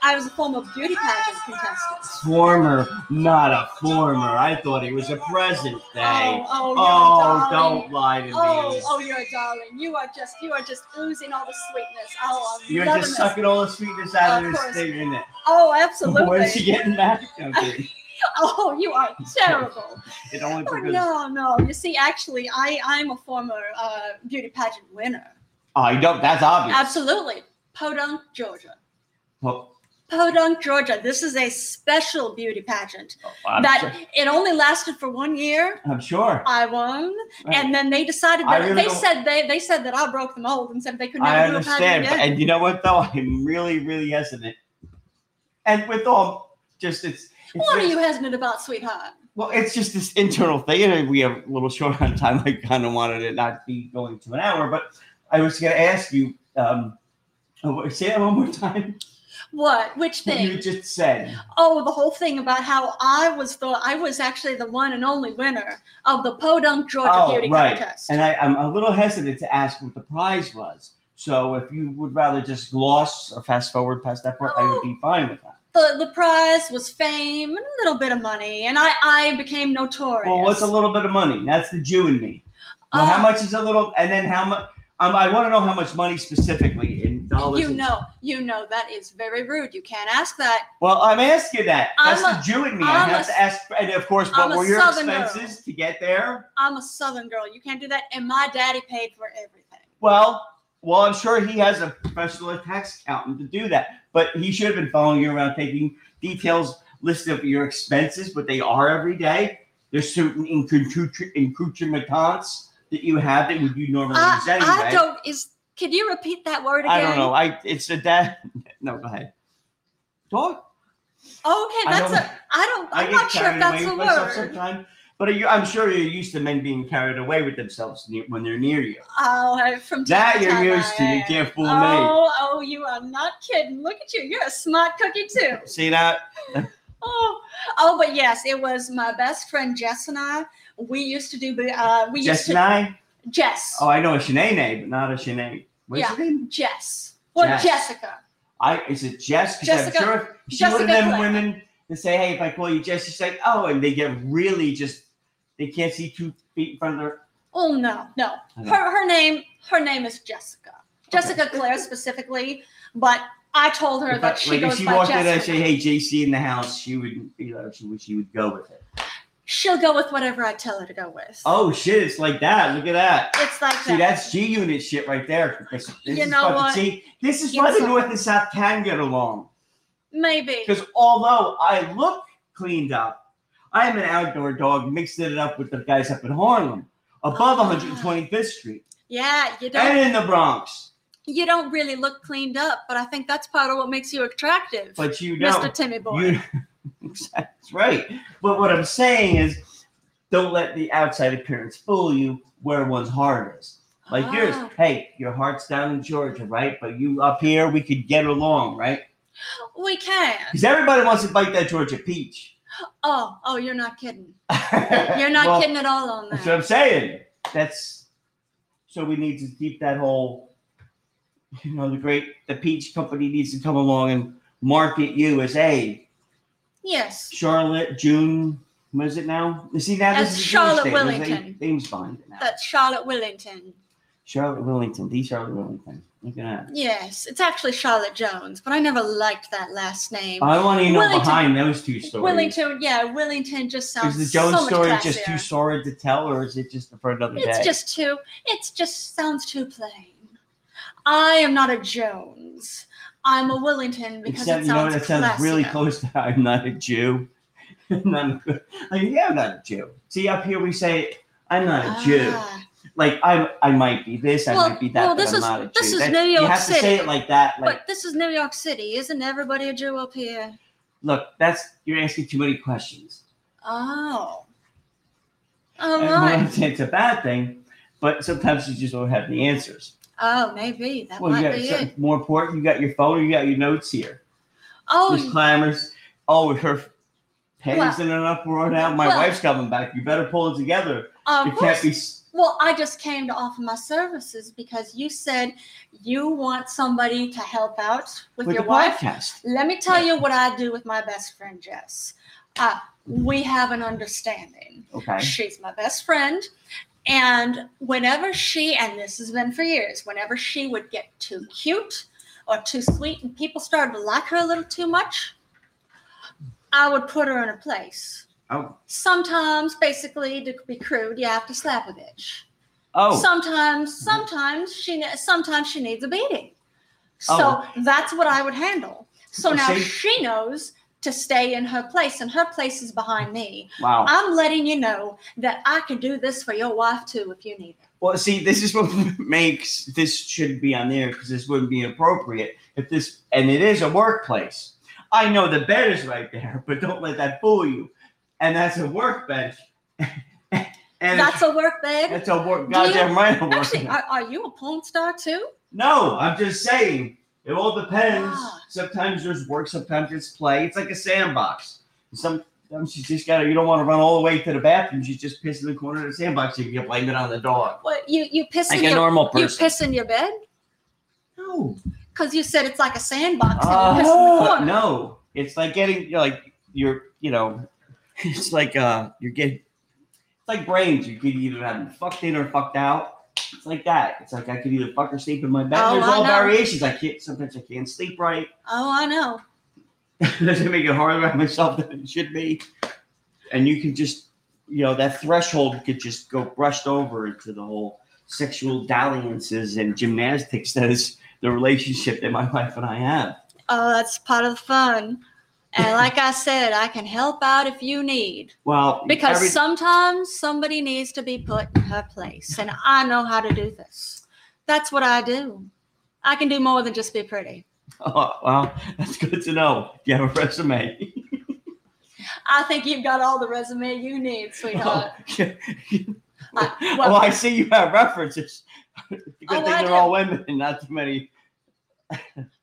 I was a former beauty pageant contestant. former, not a former. I thought it was a present day. Oh, oh, Oh, you're a darling. don't lie to me. Oh, oh, you're a darling. You are just, you are just oozing all the sweetness. Oh, I'm You're loving just this. sucking all the sweetness out Of of this course. thing, isn't it? Oh, Where's absolutely. she getting that? No, I'm kidding. Oh, you are terrible. it only Oh, because no, no. You see, actually, I, I'm a former uh, beauty pageant winner. I Oh, don't. That's obvious. Oh, Absolutely, Podunk, Georgia. Well, Podunk, Georgia. This is a special beauty pageant. oh, I'm, that sure. it only lasted for one year. I'm sure. I won, Right. and then they decided I that really they don't- said they they said that I broke the mold and said they could never I do a pageant understand, but, again. and you know what though? I'm really, really hesitant. And with all, just it's. it's What are just- you hesitant about, sweetheart? Well, it's just this internal thing, and we have a little short on time. I kind of wanted it not be going to an hour, but I was going to ask you. Um, oh, wait, say that one more time. What? Which What you thing? just said. Oh, the whole thing about how I was thought I was actually the one and only winner of the Podunk Georgia Oh, Beauty right. Contest. And I, I'm a little hesitant to ask what the prize was. So if you would rather just gloss or fast forward past that part, I would Oh, be fine with that. the the prize was fame and a little bit of money, and I I became notorious. Well, what's a little bit of money? That's the Jew in me. Well, how Uh, much is a little? And then how much? Um, I want to know how much money specifically in dollars. You and- know, you know that is very rude. You can't ask that. Well, I'm asking that. That's I'm the Jew in me. i I'm have a- to ask, and of course, I'm what a were your Southern girl. expenses to get there? I'm a Southern girl. You can't do that. And my daddy paid for everything. Well, well, I'm sure he has a professional tax accountant to do that, but he should have been following you around, taking details list of your expenses, what they are every day. There's certain encroutri- accoutrements that you have that you normally I, use anyway. I don't. Is can you repeat that word again? I don't know. I it's a dad. No, go ahead. Talk. Okay, I that's don't- a. I don't. I I'm get not sure if carried that's away a with myself word. sometimes. But you, I'm sure you're used to men being carried away with themselves ne- when they're near you. Oh, I- from time That you're time used I to. You am. can't fool me. Oh, oh, you are not kidding. Look at you. You're a smart cookie too. See that? Oh, oh, but yes, it was my best friend Jess and I. We used to do. Uh, we used Jess to and I. Jess. Oh, I know a Shanae, but not a Shanae. What's Yeah. her name? Jess. Well, Jess. Jessica. I is it Jess? Because I'm Jessica- sure if she Jessica one of them Clare. women that say, "Hey, if I call you Jess," she's like, "Oh," and they get really just they can't see two feet in front of their. Oh no, no. Okay. Her her name her name is Jessica. Jessica Claire specifically, but I told her If I- that she like goes if she by walked in Jessica. and say, "Hey, JC in the house," she would be like, she would, she would go with it. She'll go with whatever I tell her to go with. Oh shit! It's like that. Look at that. It's like See, that. that's G Unit shit right there. Because this You is know fucking- what? See, this is Give why us the a- North and South can get along. Maybe. Because although I look cleaned up, I am an outdoor dog mixing it up with the guys up in Harlem, above Ah. 125th Street, Yeah, you don't and in the Bronx. you don't really look cleaned up, but I think that's part of what makes you attractive, But you Mr. know, Timmy Boy. you. that's right. But what I'm saying is, don't let the outside appearance fool you. Where one's heart is. Like yours, Ah. hey, your heart's down in Georgia, right? But you up here, we could get along, right? We can. Because everybody wants to bite that Georgia peach. Oh, oh, you're not kidding. You're You're not kidding at all on That's what that. I'm saying. That's so we need to keep that whole. You know, the great the peach company needs to come along and market you as a Yes. Charlotte June. What is it now? You See now As this is Charlotte real estate. There's Willington. name- Names behind it now. That's Charlotte Willington. Charlotte Willington, the Charlotte Willington. Look at that. Yes, it's actually Charlotte Jones, but I never liked that last name. I want you to know Willington. behind those two stories. Willington, yeah, Willington just sounds Is the Jones so much story classier. just too sordid to tell, or is it just for another It's day? just too. It's just sounds too plain. I am not a Jones. I'm a Willington because Except, it you know, sounds what? that sounds really classier. close to I'm not a Jew. I'm not a, like, yeah, I'm not a Jew. See, up here we say, I'm not a Jew. Ah, Like, I'm, I might be this, I Well- might be that, well, but this I'm is- not a Jew. this is That- New You York have to say City. it like that. Like, but this is New York City. Isn't everybody a Jew up here? look, that's, you're asking too many questions. Oh. And All I'm not right. saying it's a bad thing, but sometimes you just don't have the answers. Oh, maybe that Well, you might got be something it. more important. You got your phone, you got your notes here. Miss Oh, Clamors, oh, with her panties Well- in an uproar now. My well- wife's coming back. You better pull it together. of It course. can't be. s- Well, I just came to offer my services because you said you want somebody to help out with, With your the wife. podcast. Let me tell you what I do with my best friend, Jess. Uh, we have an understanding. Okay. She's my best friend. And whenever she, and this has been for years, whenever she would get too cute or too sweet and people started to like her a little too much, I would put her in a place. Oh. Sometimes, basically, to be crude, you have to slap a bitch. Oh. Sometimes, sometimes she ne- sometimes she needs a beating. So that's what I would handle. So Oh. Well, now see- she knows to stay in her place, and her place is behind me. wow. I'm letting you know that I can do this for your wife too if you need it. well, see, this is what makes this shouldn't be on there because this wouldn't be appropriate if this, and it is a workplace. I know the bed is right there, but don't let that fool you. And that's a workbench. and That's a work bed. that's a work. you- Goddamn right, a Actually, workbench. are, are you a porn star too? No, I'm just saying. It all depends. Ah. Sometimes there's work, sometimes it's play. It's like a sandbox. Sometimes you just gotta. You don't want to run all the way to the bathroom. You just piss in the corner of the sandbox. You can blame it on the dog. What you you piss Like in a your normal you person. piss in your bed? No. Cause you said it's like a sandbox and you piss in the Uh, corner. no. It's like getting you're like you're you know. It's like uh you're getting. It's like brains. You could either have them fucked in or fucked out. It's like that. It's like I could either fuck or sleep in my bed. Oh, There's I all know. variations. I can't. Sometimes I can't sleep right. Oh, I know. does it make it harder on myself than it should be? And you can just, you know, that threshold could just go brushed over into the whole sexual dalliances and gymnastics that is the relationship that my wife and I have. Oh, that's part of the fun. And like I said, I can help out if you need. Well, Because every- sometimes somebody needs to be put in her place, and I know how to do this. That's what I do. I can do more than just be pretty. oh, well, that's good to know. You have a resume. I think you've got all the resume you need, Oh. sweetheart. I- well, I see you have references. Good Oh, thing Uh, I they're do. all women and not too many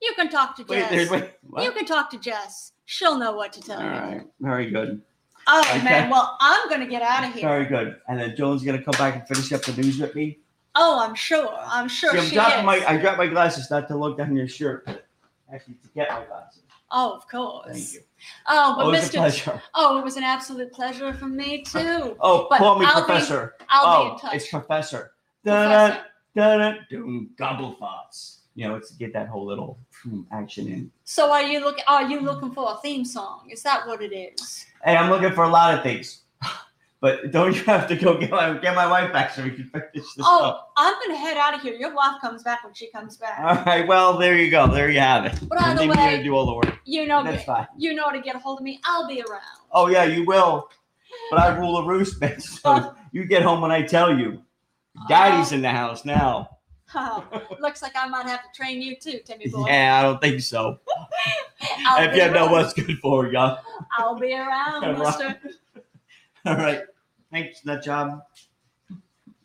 You can talk to Wait, Jess. there's wait. you What? can talk to Jess. She'll know what to tell All you. right, very good, Oh Okay. man, well I'm gonna get out of here. very good. And then Joan's gonna come back and finish up the news with me. Oh, I'm sure. I'm sure See, I'm she dropping is. my, I dropped my glasses not to look down your shirt, but actually to get my glasses. oh, of course. Thank you. Oh, but Always a Mr. pleasure. Oh, it was an absolute pleasure for me too. Oh, But call me I'll be- professor. I'll oh, be in touch. it's professor. Da-da, Professor. da-da, doom, gobble thoughts. You know, it's to get that whole little hmm, action in. So are you look are you looking for a theme song? Is that what it is? Hey, I'm looking for a lot of things. But don't you have to go get my, get my wife back so we can finish this up? Oh, I'm gonna head out of here. Your wife comes back when she comes back. All right, well, there you go. There you have it. But either Leave me way- to do all the work. You know That's fine. you know to get a hold of me. I'll be around. Oh, yeah, you will. But I rule the roost, man. So you get home when I tell you. Daddy's in the house now. Oh, looks like I might have to train you too, Timmy boy. Yeah, I don't think so. I'll If be you know around. what's good for you. All I'll be around, Right. Mister. right. Thanks, nut job.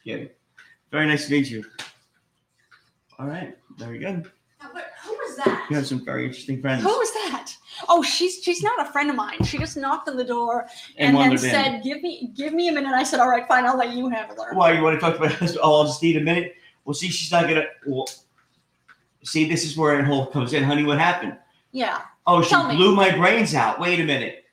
Okay. Very nice to meet you. All right. Very good. Who was that? You have some very interesting friends. Who was that? Oh, she's she's not a friend of mine. She just knocked on the door and, then wandered in. said, "Give me give me a minute." I said, "All right, fine. I'll let you handle her." Why you want to talk about this? Oh, I'll just need a minute. Well, see, she's not gonna. Well, see, this is where it whole comes in, honey. What happened? Yeah. Oh, she Tell me. blew my brains out. Wait a minute.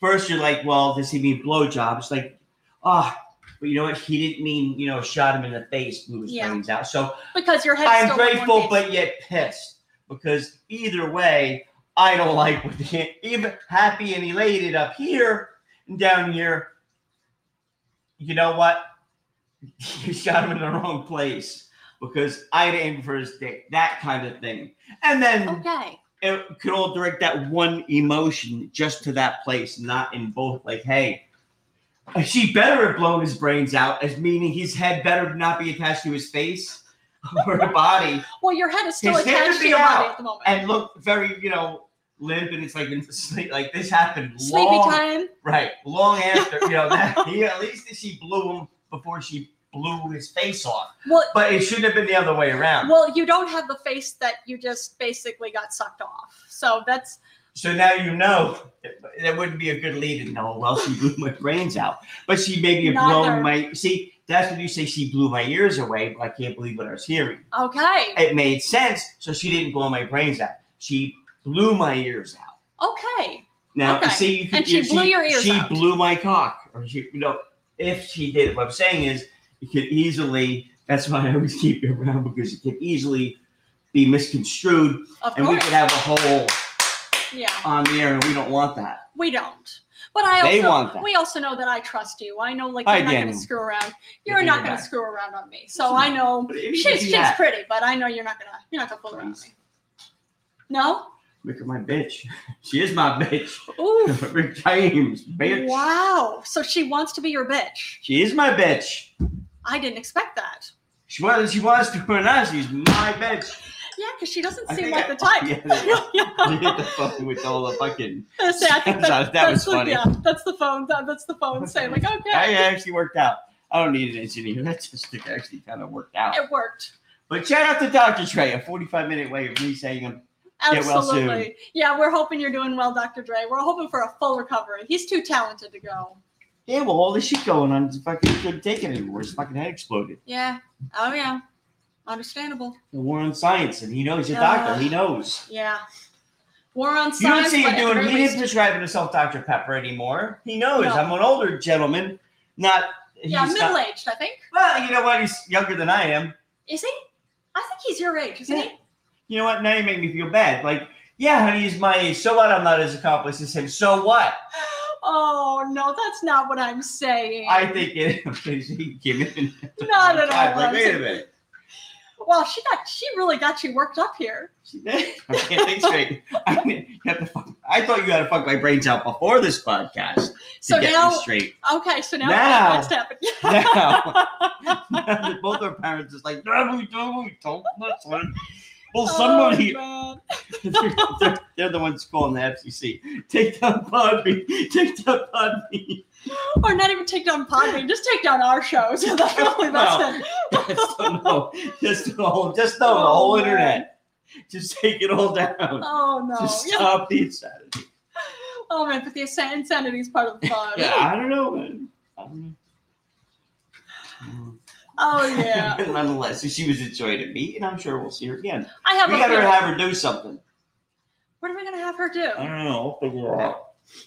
First, you're like, well, does he mean blowjob? It's like, ah, but you know what? He didn't mean, you know, shot him in the face, blew his Yeah. brains out. So Because your head's I'm still in one grateful, piece. but yet pissed because either way, I don't like what the even happy and elated up here and down here. You know what? You shot him in the wrong place because I'd aim for his dick, that kind of thing. And then okay. it could all direct that one emotion just to that place, not in both. Like, hey, she better have blown his brains out, as meaning his head better not be attached to his face or the body, Well, your head is still His head attached would to be your body out. at the moment. and look very, you know, limp. And it's like in sleep, like this happened Sleepy long, time. right? Long after, you know, that he at least she blew him before she blew his face off. Well, But it shouldn't have been the other way around. well, you don't have the face that you just basically got sucked off. So that's So now you know that wouldn't be a good lead. And oh well, she blew my brains out. But she maybe have Neither. blown my. See, that's when you say she blew my ears away. But I can't believe what I was hearing. okay. It made sense. So she didn't blow my brains out. She blew my ears out. Okay. Now Okay. see, you can, And she you- blew your ears She out. blew my cock. Or she, you know, if she did, what I'm saying is, you could easily. That's why I always keep you around because it could easily be misconstrued, Of and we course. could have a hole yeah. on the air, and we don't want that. We don't. But I They also want that. we also know that I trust you. I know like Hi, you're not going to Daniel. screw around. Good You're to not hear going to back. screw around on me. So I know But if you she's do she's that- pretty, but I know you're not gonna you're not gonna fool around with me. No. Look at my bitch. She is my bitch. Ooh. Rick James, bitch. Wow. So she wants to be your bitch. She is my bitch. I didn't expect that. She whether she wants to or not, she's my bitch. Yeah, because she doesn't I seem think like I- the type. Yeah, You hit the phone with all the fucking. See, I think that, That that's was the, funny. yeah, that's the phone. That, that's the phone saying like, okay, I actually worked out. I don't need an engineer. That just actually kind of worked out. it worked. But shout out to Dr. Trey, a 45 minute way of me saying um, I'm Get well soon. Absolutely. Yeah, we're hoping you're doing well, Dr. Dre. We're hoping for a full recovery. He's too talented to go. yeah, well, all this shit going on, it's fucking couldn't take it anymore. His fucking head exploded. Yeah. Oh yeah. Understandable. The war on science, and he knows your Uh, doctor. He knows. Yeah. War on science. You don't see but him at the doing. very He least- isn't describing himself Dr. Pepper anymore. He knows No. I'm an older gentleman. Not. He's Yeah, not- middle aged, I think. well, you know what? He's younger than I am. Is he? I think he's your age, isn't he? You know what? Now you make me feel bad. Like, yeah, honey, he's my age. So what? I'm not as accomplished as him. So what? Oh no, that's not what I'm saying. I think it. okay, so he give it. not at all. I'm what Like, I'm wait a saying. minute. Wow, she got she really got you worked up here. She did. I can't think straight. I mean, you have to fuck, I thought you had to fuck my brains out before this podcast to So get me now straight. okay, so now, Now- what's happened? Now, both our parents is like, no, we don't, we don't listen. Well, somebody Oh, man. they're, they're- they're the ones calling the FCC. Take down Podbean. Take down Podbean. or not even take down Podbean, just take down our shows. That's the only No. best thing. Just don't know. Just know. Just know the whole internet. Just take it all down. Oh no. Just stop the insanity. Oh man, but the insan- insanity is part of the fun. Yeah, I don't know, man. I don't know. Oh yeah. Nonetheless, she was a joy to meet, and I'm sure we'll see her again. I have We a gotta feeling. have her do something. What are we gonna have her do? I don't know. I'll figure it out.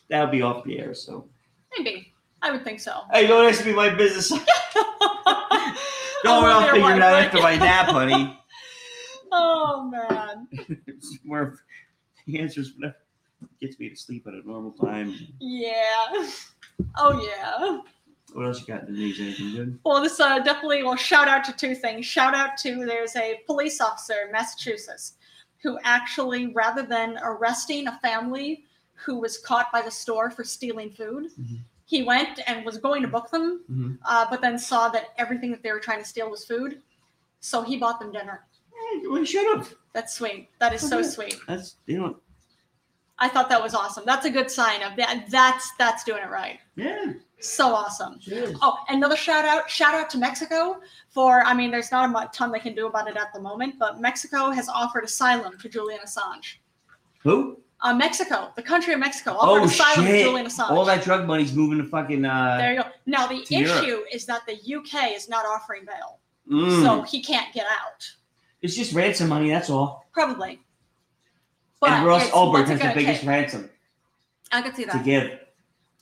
That'll be off the air. So, Maybe. I would think so. Oh, hey, don't ask me my business. Go Don't and I'll figure it out after my nap, honey. Oh man. It's Where the answers whatever gets me to sleep at a normal time. Yeah. Oh yeah. What else you got in the news? Anything good? Well, this uh, definitely will shout out to two things. Shout out to there's a police officer in Massachusetts who actually, rather than arresting a family who was caught by the store for stealing food, Mhm. he went and was going to book them, Mhm. uh, but then saw that everything that they were trying to steal was food. So he bought them dinner. Hey, we should have. That's sweet. That is so Okay. sweet. That's you know. I thought that was awesome. That's a good sign of that. That's that's doing it right. Yeah, So awesome. she is. Oh, another shout out! Shout out to Mexico for. I mean, there's not a mu- ton they can do about it at the moment, but Mexico has offered asylum to Julian Assange. Who? Uh, Mexico, the country of Mexico, offered Oh asylum shit! to Julian Assange. All that drug money's moving to fucking. uh there you go. Now the to issue Europe. is that the UK is not offering bail, mm. so he can't get out. It's just ransom money. That's all. Probably. and Ross it's- Ulbricht what's it has the gonna biggest take? ransom I could see to that. give.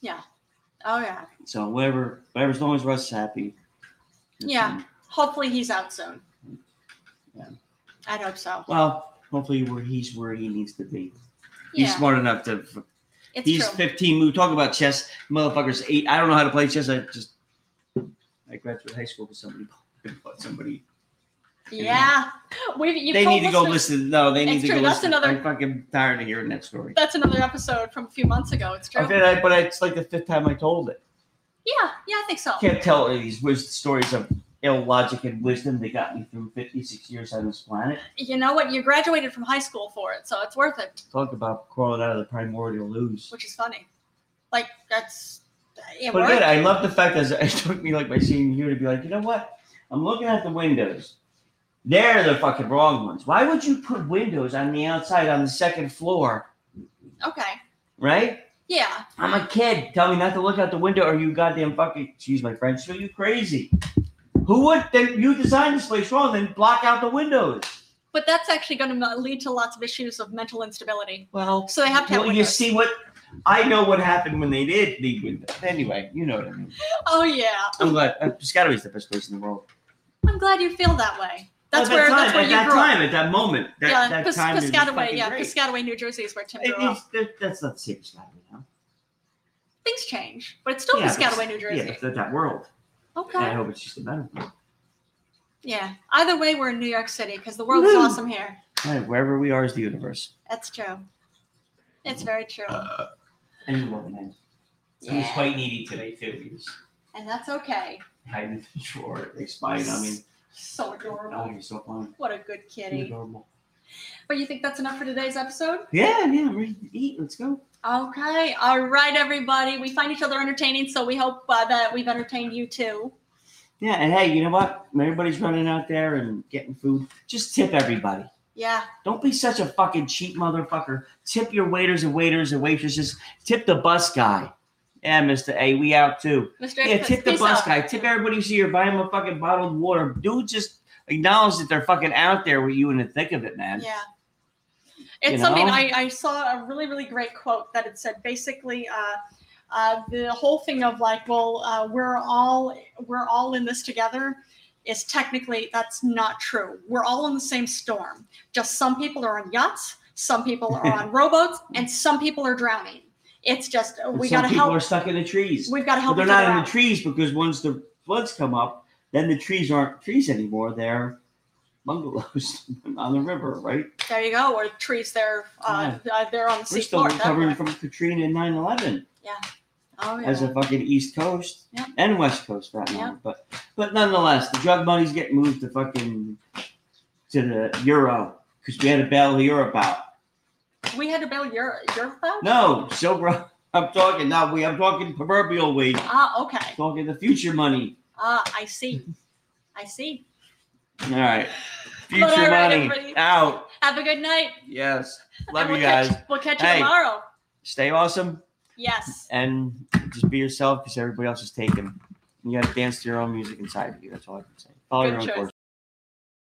oh yeah. So whatever, whatever. As long as Russ is happy. that's Yeah. fine. Hopefully he's out soon. Yeah. I'd hope so. Well, hopefully where he's where he needs to be. Yeah, He's smart enough to. it's he's true. 15. We talk about chess, motherfuckers. Eight. I don't know how to play chess. I just. I graduated high school with somebody. bought Somebody. yeah, we've you they need to go listen. No, they need It's to true, go that's listen. another- I'm fucking tired of hearing that story. That's another episode from a few months ago. It's true. Okay, I- but it's like the fifth time I told it. Yeah, yeah, I think so. can't tell these wis- stories of illogic and wisdom that got me through 56 years on this planet. You know what? You graduated from high school for it, so it's worth it, Talk about crawling out of the primordial ooze. which is funny. Like that's it But again, worked. I love the fact that it took me like my senior year to be like, you know what? I'm looking at the windows. They're the fucking wrong ones. Why would you put windows on the outside on the second floor, Okay. right? Yeah. I'm a kid. Tell me not to look out the window or you goddamn fucking, excuse my French, so you crazy. Who would, then you designed this place wrong, then block out the windows. But that's actually going to lead to lots of issues of mental instability. Well, So they have to have well, you windows. see what I know what happened when they did leave windows. Anyway, you know what I mean. Oh yeah. I'm glad. uh, Piscataway's the best place in the world. I'm glad you feel that way. That's at where that time, that's where at you that grew up. time, at that moment, that, yeah, that Pis- time. is Piscataway. fucking Yeah, great. Piscataway, New Jersey is where Tim It- grew up. it's- that- that's not the same Piscataway now. Things change, but it's still Yeah, Piscataway, New Yeah, Jersey. it's not that world. Okay. And I Yeah. hope it's just a better one. Either way, we're in New York City because the world is Woo. awesome here. Right, wherever we are is the universe. That's true. It's very true. And you love man. He was Yeah. quite needy today too. He was And that's okay. hiding in the drawer. They spied on me. So Oh, adorable. you're so fun. What a good You're kitty. adorable. But you think that's enough for today's episode? Yeah, yeah. I'm ready to eat. Let's go. Okay. All right, everybody. We find each other entertaining, so we hope uh, that we've entertained you too. Yeah, and hey, you know what? When everybody's running out there and getting food, just tip everybody. Yeah. Don't be such a fucking cheap motherfucker. Tip your waiters and waiters and waitresses. Tip the bus guy. Yeah, Mr. A, we out too. Mr. Yeah, Express, tip the peace bus out. guy. Tip everybody you see. You're buying them a fucking bottle of water. Dude, just acknowledge that they're fucking out there with you in the thick of it, man. Yeah. It's You something know? I, I saw a really, really great quote that it said basically uh, uh, the whole thing of like, well, uh, we're all we're all in this together is technically that's not true. We're all in the same storm. Just some people are on yachts, some people are on rowboats, and some people are drowning. It's just uh, And we some gotta people help. are stuck in the trees. We've got to But help. they're each other not in out. the trees because once the floods come up, then the trees aren't trees anymore. They're bungalows on the river, right? There you go. Or trees there. Uh, uh, they're on the We're still seafloor. that recovering way. from Katrina and 9 11. Oh, yeah. as a fucking East Coast Yep. and West Coast for that Yep. matter. But but nonetheless, the drug money's getting moved to fucking to the euro because we had to bail Europe out. we had to bail your your out. No, silver. I'm talking now. We I'm talking proverbial wage. Ah, okay. Talking the future money. Ah, I see. I see. All right, But all future right, money everybody. out. Have a good night. Yes. Love and you we'll guys. Catch, we'll catch you Hey. tomorrow. Stay awesome Yes. and just be yourself because everybody else is taken. You got to dance to your own music inside of you. That's all I can say. Follow Good your own choice. course.